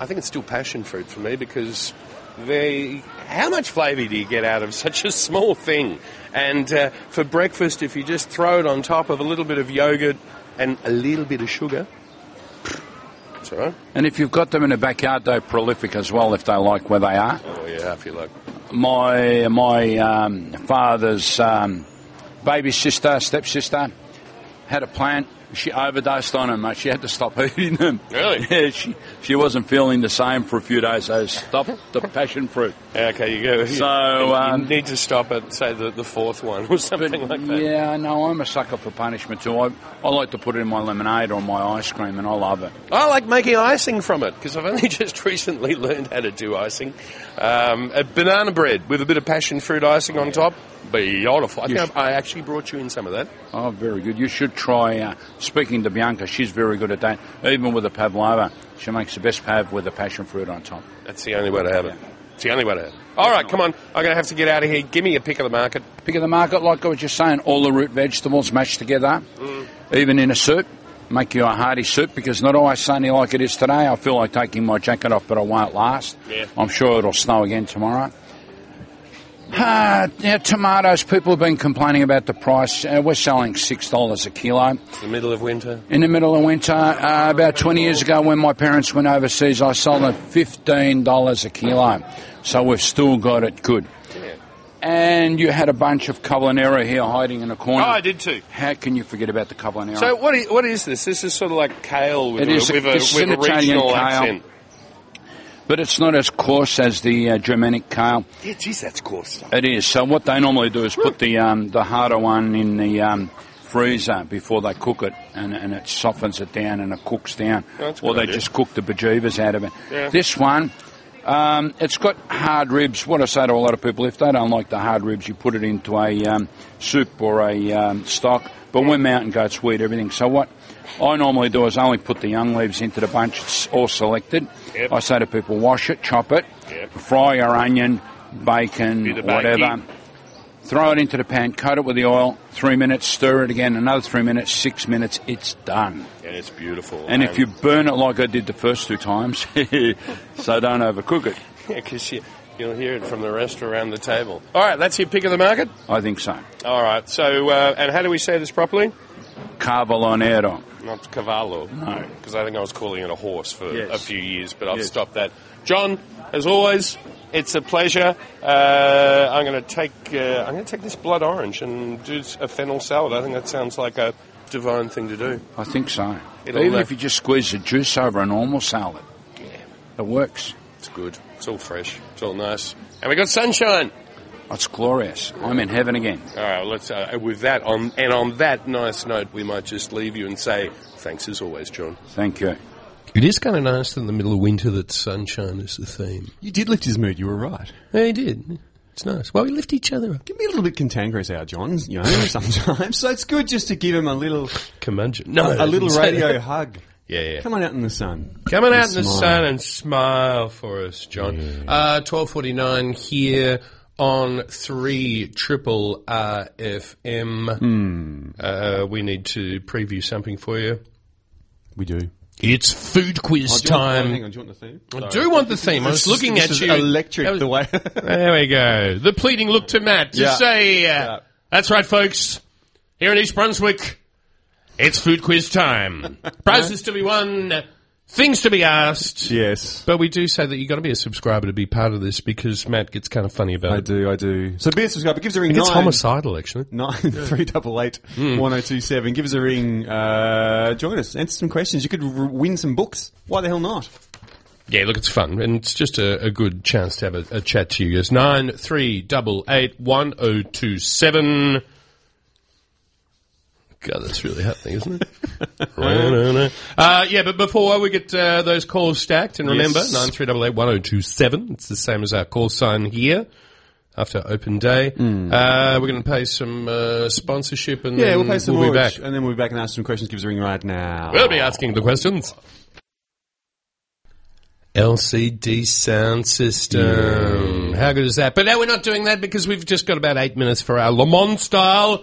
I think it's still passion fruit for me because they. How much flavour do you get out of such a small thing? And uh, for breakfast, if you just throw it on top of a little bit of yogurt and a little bit of sugar, it's all right. And if you've got them in the backyard, they're prolific as well if they like where they are. Oh yeah, I feel like my my um, father's um, baby sister, stepsister, had a plant. She overdosed on them, mate. She had to stop eating them. Really? Yeah, she, she wasn't feeling the same for a few days, so stopped the passion fruit. Yeah, okay, you go. So, You- you um, need to stop at say the, the fourth one or something like that. yeah, no, I'm a sucker for punishment too. I, I like to put it in my lemonade or my ice cream, and I love it. I like making icing from it because I've only just recently learned how to do icing. Um, a banana bread with a bit of passion fruit icing on top. Beautiful. I think I've- I actually brought you in some of that. Oh, very good. You should try uh, speaking to Bianca. She's very good at that. Even with the pavlova, she makes the best pav with the passion fruit on top. That's the only way to have it. It's the only way to have it. All right, come on. I'm going to have to get out of here. Give me a pick of the market. Pick of the market, like I was just saying, all the root vegetables mashed together, even in a soup. Make you a hearty soup because not always sunny like it is today. I feel like taking my jacket off, but I won't last. Yeah. I'm sure it'll snow again tomorrow. Ah, now, tomatoes, people have been complaining about the price. Uh, we're selling $6 a kilo. The middle of winter. In the middle of winter, uh, about 20 years ago when my parents went overseas, I sold them $15 a kilo. So we've still got it good. And you had a bunch of Cavalera here hiding in a corner. Oh, I did too. How can you forget about the Cavalera? So what is, what is this? This is sort of like kale with, It a, is a- with, a, this is with an a Italian regional kale. accent. but it's not as coarse as the uh, Germanic kale. Yeah, geez, that's coarse stuff. It is. So what they normally do is put the um, the harder one in the um, freezer before they cook it, and, and it softens it down and it cooks down. Oh, that's a or good they idea. just cook the bejeevers out of it. Yeah. This one, um, it's got hard ribs. What I say to a lot of people, if they don't like the hard ribs, you put it into a um, soup or a um, stock. But we're mountain goats, we eat everything. So what I normally do is only put the young leaves into the bunch. It's all selected. Yep. I say to people, wash it, chop it, Yep. fry your onion, bacon, Bit of whatever. bacon. Throw it into the pan, coat it with the oil, three minutes, stir it again, another three minutes, six minutes, it's done. And it's beautiful. Um, And if you burn it like I did the first two times, so don't overcook it. Because you, you'll hear it from the rest around the table. All right, that's your pick of the market. I think so. All right. So, uh, and how do we say this properly? Carvalonero. Not cavallo. No. Because I think I was calling it a horse for Yes. a few years, but I've Yes. stopped that. John, as always, it's a pleasure. Uh, I'm going to take uh, I'm going to take this blood orange and do a fennel salad. I think that sounds like a divine thing to do. I think so. It'll, Even uh, if you just squeeze the juice over a normal salad, it works. It's good. It's all fresh. It's all nice. And we got sunshine. It's glorious. I'm in heaven again. All right. well, Let's uh, with that on and on that nice note, we might just leave you and say thanks as always, John. Thank you. It is kind of nice in the middle of winter that sunshine is the theme. You did lift his mood. You were right. Yeah, he did. It's nice. Well, we lift each other up. Can be a little bit cantankerous, our Johns. You know, sometimes. So it's good just to give him a little, Curmudgeon. No, a little I didn't say radio that. hug. Yeah, yeah. Come on out in the sun. Coming out in the Smile. sun and smile for us, John. Uh, Twelve forty nine here on three triple R F M. Uh, we need to preview something for you. We do. It's food quiz Hang time. on, Oh, do you want the theme? I do want the theme. I was looking at you. electric. That was- the way. There we go. The pleading look to Matt to Yeah. say, uh, Yeah. that's right, folks. Here in East Brunswick, it's food quiz time. Prizes to be won, things to be asked. yes. But we do say that you've got to be a subscriber to be part of this because Matt gets kind of funny about I it. do, I do. So be a subscriber. Give us a ring. He gets nine- homicidal, actually. Nine three double eight Hmm. one zero two seven. Give us a ring. Uh, join us. Answer some questions. You could r- win some books. Why the hell not? Yeah, look, it's fun, and it's just a, a good chance to have a, a chat to you guys. Nine three double eight one zero two seven. God, that's really happening, isn't it? uh, yeah, but before we get uh, those calls stacked, and remember Yes. nine three double eight one zero two seven. It's the same as our call sign here. After open day, uh, we're going to pay some uh, sponsorship, and Yeah, then Mm, we'll pay some we'll more, be back. and then we'll be back and ask some questions. Give us a ring right now. We'll be asking the questions. LCD sound system. How good is that? But no, we're not doing that because we've just got about eight minutes for our Le Mans style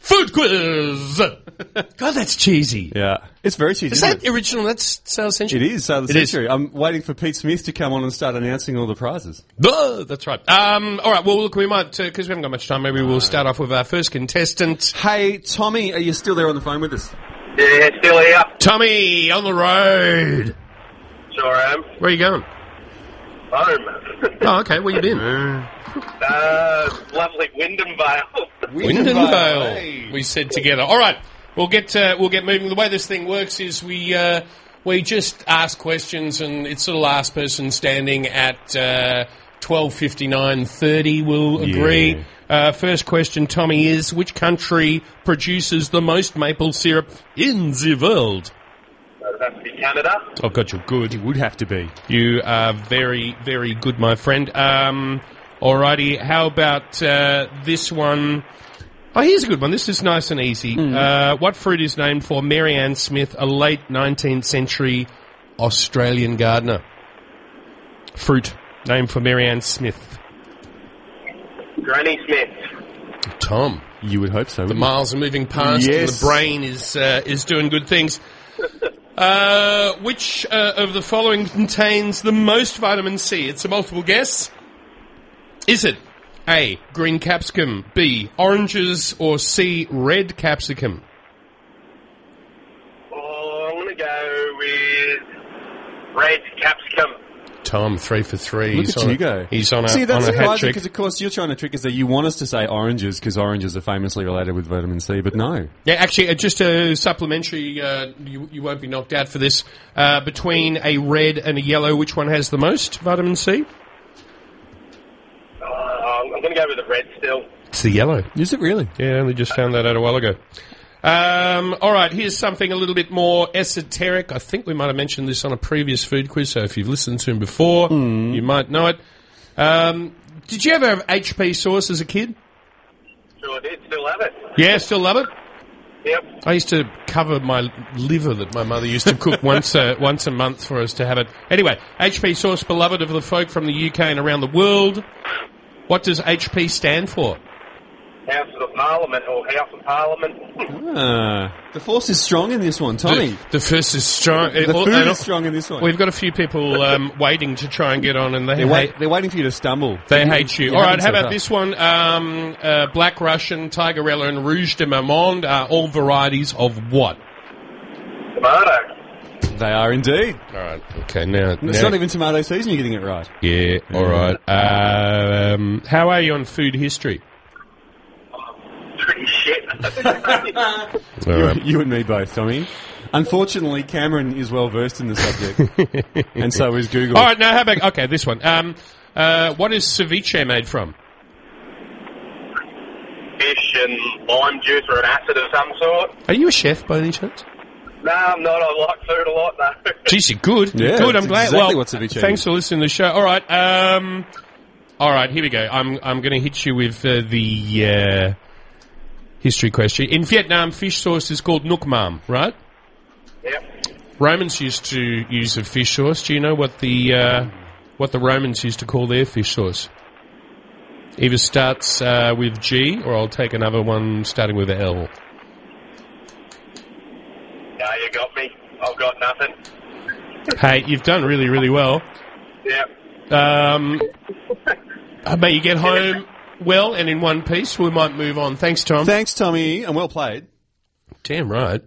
Food quiz. God, that's cheesy. Yeah, it's very cheesy. Is isn't that original? That's South it? Century. it is South of the It is. Century. I'm waiting for Pete Smith to come on and start announcing all the prizes. Duh, that's right. Um, all right. Well, look, we might uh, because we haven't got much time. Maybe we'll start off with our first contestant, Hey, Tommy, are you still there on the phone with us? Yeah, still here. Tommy, on the road. Sure am. Where are you going? Home. Oh, okay. Where you been? uh, lovely Wyndham Vale. Windenvale. We said together. All right, we'll get uh, we'll get moving. The way this thing works is we uh, we just ask questions, and it's the last person standing at uh, twelve fifty nine thirty will agree. Uh, first question, Tommy, is which country produces the most maple syrup in the world? That'd have to be Canada. I've got you good. It would have to be. You are very, very good, my friend. Um, alrighty, how about uh, this one? Oh, here's a good one. This is nice and easy. Uh, what fruit is named for Mary Ann Smith, a late 19th century Australian gardener? Fruit named for Mary Ann Smith. Granny Smith. Tom, You would hope so. the miles are moving past, and Yes. the brain is uh, is doing good things. Uh, which uh, of the following contains the most vitamin C? It's a multiple guess. Is it A. Green capsicum, B. Oranges, or C. Red capsicum? Oh, I'm going to go with red capsicum. Tom, three for three. Look he's at on you a, go. He's on a, See, that's on a hat surprising trick. because, of course, you're trying to trick us that you want us to say oranges because oranges are famously related with vitamin C, but no. Yeah, actually, uh, just a supplementary. Uh, you, you won't be knocked out for this. Uh, between a red and a yellow, which one has the most vitamin C? Uh, I'm going to go with the red still. It's the yellow. Is it really? Yeah, only just found that out a while ago. Um, all right, here's something a little bit more esoteric. I think we might have mentioned this on a previous food quiz, so if you've listened to him before, Hmm. you might know it. Um, did you ever have HP sauce as a kid? Sure did. Still have it. Yeah, still love it. Yep. I used to cover my liver that my mother used to cook once a, once a month for us to have it. Anyway, HP sauce, beloved of the folk from the UK and around the world. What does HP stand for? House of the Parliament or House of Parliament. Ah, the force is strong in this one, Tommy. The, the first is strong. The, all- food and- is strong in this one. We've got a few people um, waiting to try and get on, and they they're, hate, wait, they're waiting for you to stumble. they hate you. You All right, haven't how so about far. this one? Um, uh, Black Russian, Tigerella, and Rouge de Marmande are all varieties of what? Tomato. They are indeed. All right, okay, now, It's not even tomato season. You're getting it right. yeah, all right. Um, how are you on food history? Oh, Pretty shit. All right. You and me both, Tommy. Unfortunately, Cameron is well versed in the subject, and so is Google. All right, now how about okay, this one? Um, uh, what is ceviche made from? Fish and lime juice or an acid of some sort. Are you a chef by any chance? No, I'm not. I like food a lot, though. Jeez, you're good. Yeah, good. that's I'm glad. exactly well, what ceviche thanks is. for listening to the show. All right. Um, all right. Here we go. I'm I'm going to hit you with uh, the uh, history question. In Vietnam, fish sauce is called nuoc mam, right? yep. Romans used to use a fish sauce. Do you know what the uh, what the Romans used to call their fish sauce? Either starts uh, with G, or I'll take another one starting with a L. No, you got me. I've got nothing. Hey, you've done really, really well. Yep. Um, I may you get home well and in one piece. We might move on. Thanks, Tom. Thanks, Tommy, and well played. Damn right.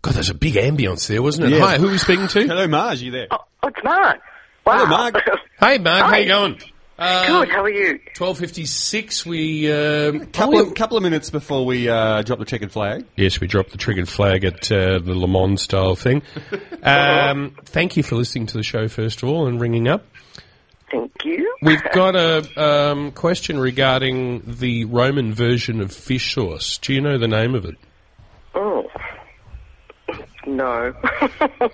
God, there's a big ambience there, wasn't it? Yeah. Hi, who are we speaking to? Hello, Marge. You there? Oh, it's Mark. Wow. Ah, Hello, Mark. Hey, Mark, Um, how you going? Good, how are you? Twelve fifty-six. We um, Couple of, couple of minutes before we uh, drop the checkered flag. yes, we dropped the triggered flag at uh, the Le Mans style thing. Um, thank you for listening to the show first of all and ringing up. Thank you. We've got a um, question regarding the Roman version of fish sauce. Do you know the name of it? Oh. No. That, wa-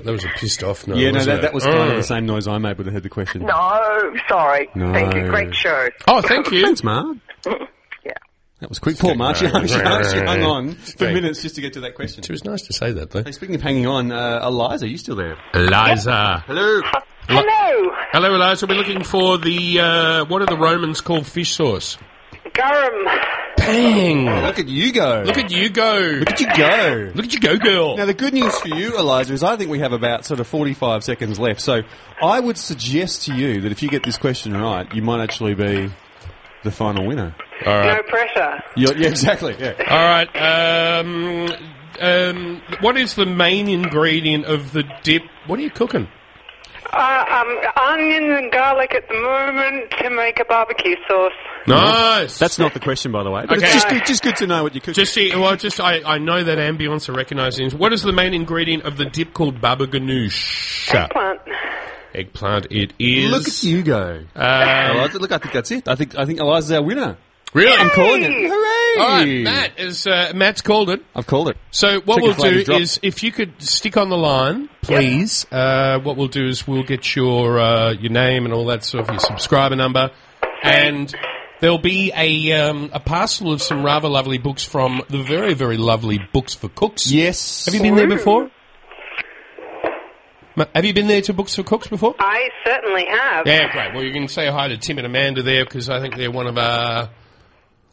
that was a pissed off note. Yeah, no, that, wasn't that it? Oh, was kind of Mm. the same noise I made when I heard the question. no, sorry. No. Thank you. Great show. Oh, thank you. Thanks, Marge. Yeah. That was quick. Poor Marge. She hung, she hung- she hung on for minutes just to get to that question. It was nice to say that, though. Hey, speaking of hanging on, uh, Eliza, you still there? Eliza. Hello. Hello. Hello, Eliza. We're looking for the, uh, what do the Romans call fish sauce? Garum. Bang! Look at you go. Look at you go. Look at you go. Look at you go, girl. Now, the good news for you, Eliza, is I think we have about sort of 45 seconds left. So I would suggest to you that if you get this question right, you might actually be the final winner. All No right. pressure. You're, yeah, exactly. Yeah. All right. Um, um, what is the main ingredient of the dip? What are you cooking? Uh, um, onions and garlic at the moment to make a barbecue sauce. Nice. That's not the question, by the way. But Okay. it's just good, just good to know what you're cooking. Just see, well, just I, I know that ambience I recognise it. What is the main ingredient of the dip called baba ganoush? Plant. Eggplant. It is. Look at you go. Uh, Eliza, look, Oh, I think that's it. I think I think Eliza's our winner. really? I'm calling it. Hooray! All right, Matt is uh, Matt's called it. I've called it. So what Chicken flavor we'll do drop. is, if you could stick on the line, please. Uh, what we'll do is we'll get your uh, your name and all that sort of your subscriber number, and there'll be a um, a parcel of some rather lovely books from the very very lovely Books for Cooks. Yes. Have you been there before? Ma- Have you been there to Books for Cooks before? I certainly have. Yeah, great. Well, you can say hi to Tim and Amanda there because I think they're one of our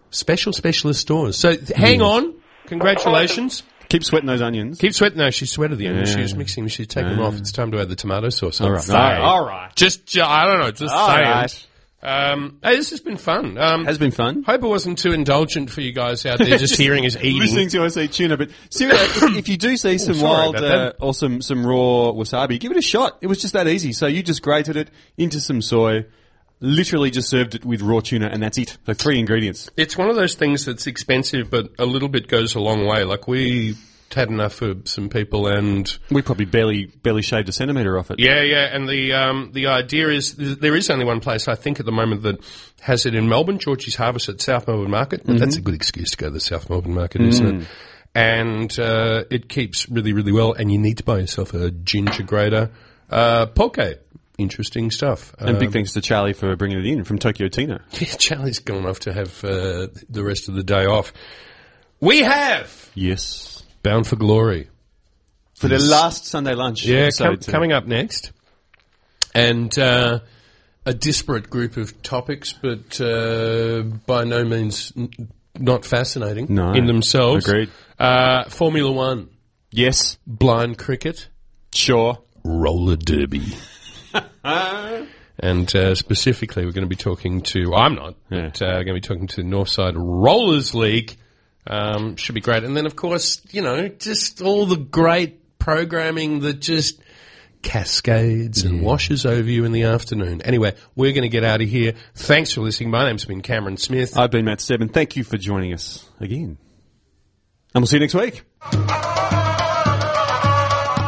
special specialist stores. So th- hang on. Congratulations. Keep sweating those onions. Keep sweating. No, she sweated the onions. She was mixing them. She's taken them off. It's time to add the tomato sauce. All All right. All right. Just, ju- I don't know. Just All saying. right. Um, hey, this has been fun. Um, Has been fun. hope it wasn't too indulgent for you guys out there just hearing us eating. listening to us eat tuna. But seriously, if, if you do see some Oh, sorry wild about that. uh, or some, some raw wasabi, give it a shot. It was just that easy. So you just grated it into some soy, literally just served it with raw tuna, and that's it. The three ingredients. It's one of those things that's expensive, but a little bit goes a long way. Like we had enough for some people, and We probably barely barely shaved a centimeter off it. yeah, yeah. And the um, the idea is th- there is only one place I think at the moment that has it in Melbourne, Georgie's Harvest at South Melbourne Market. But that's a good excuse to go to the South Melbourne Market, isn't it? And uh, it keeps really, really well. And you need to buy yourself a ginger grater, uh, poke. Interesting stuff. And Uh, big thanks to Charlie for bringing it in from Tokyo Tina. Charlie's gone off to have uh, the rest of the day off. We have. Yes. Bound for Glory. For the last Sunday lunch. Yeah, episode com- today. coming up next. And uh, a disparate group of topics, but uh, by no means n- not fascinating No. in themselves. Agreed. Uh, Formula One, Yes. blind cricket, Sure. roller derby. And uh, specifically, we're going to be talking to, I'm not, but uh, going to be talking to the Northside Rollers League. Um, should be great. And then, of course, you know, just all the great programming that just cascades and washes over you in the afternoon. Anyway, we're going to get out of here. Thanks for listening. My name's been Cameron Smith. I've been Matt Seven. Thank you for joining us again. And we'll see you next week.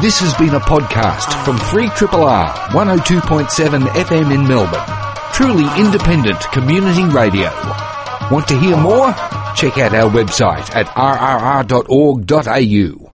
This has been a podcast from 3RRR 102.7 FM in Melbourne. Truly independent community radio. Want to hear more? Check out our website at rrr.org.au.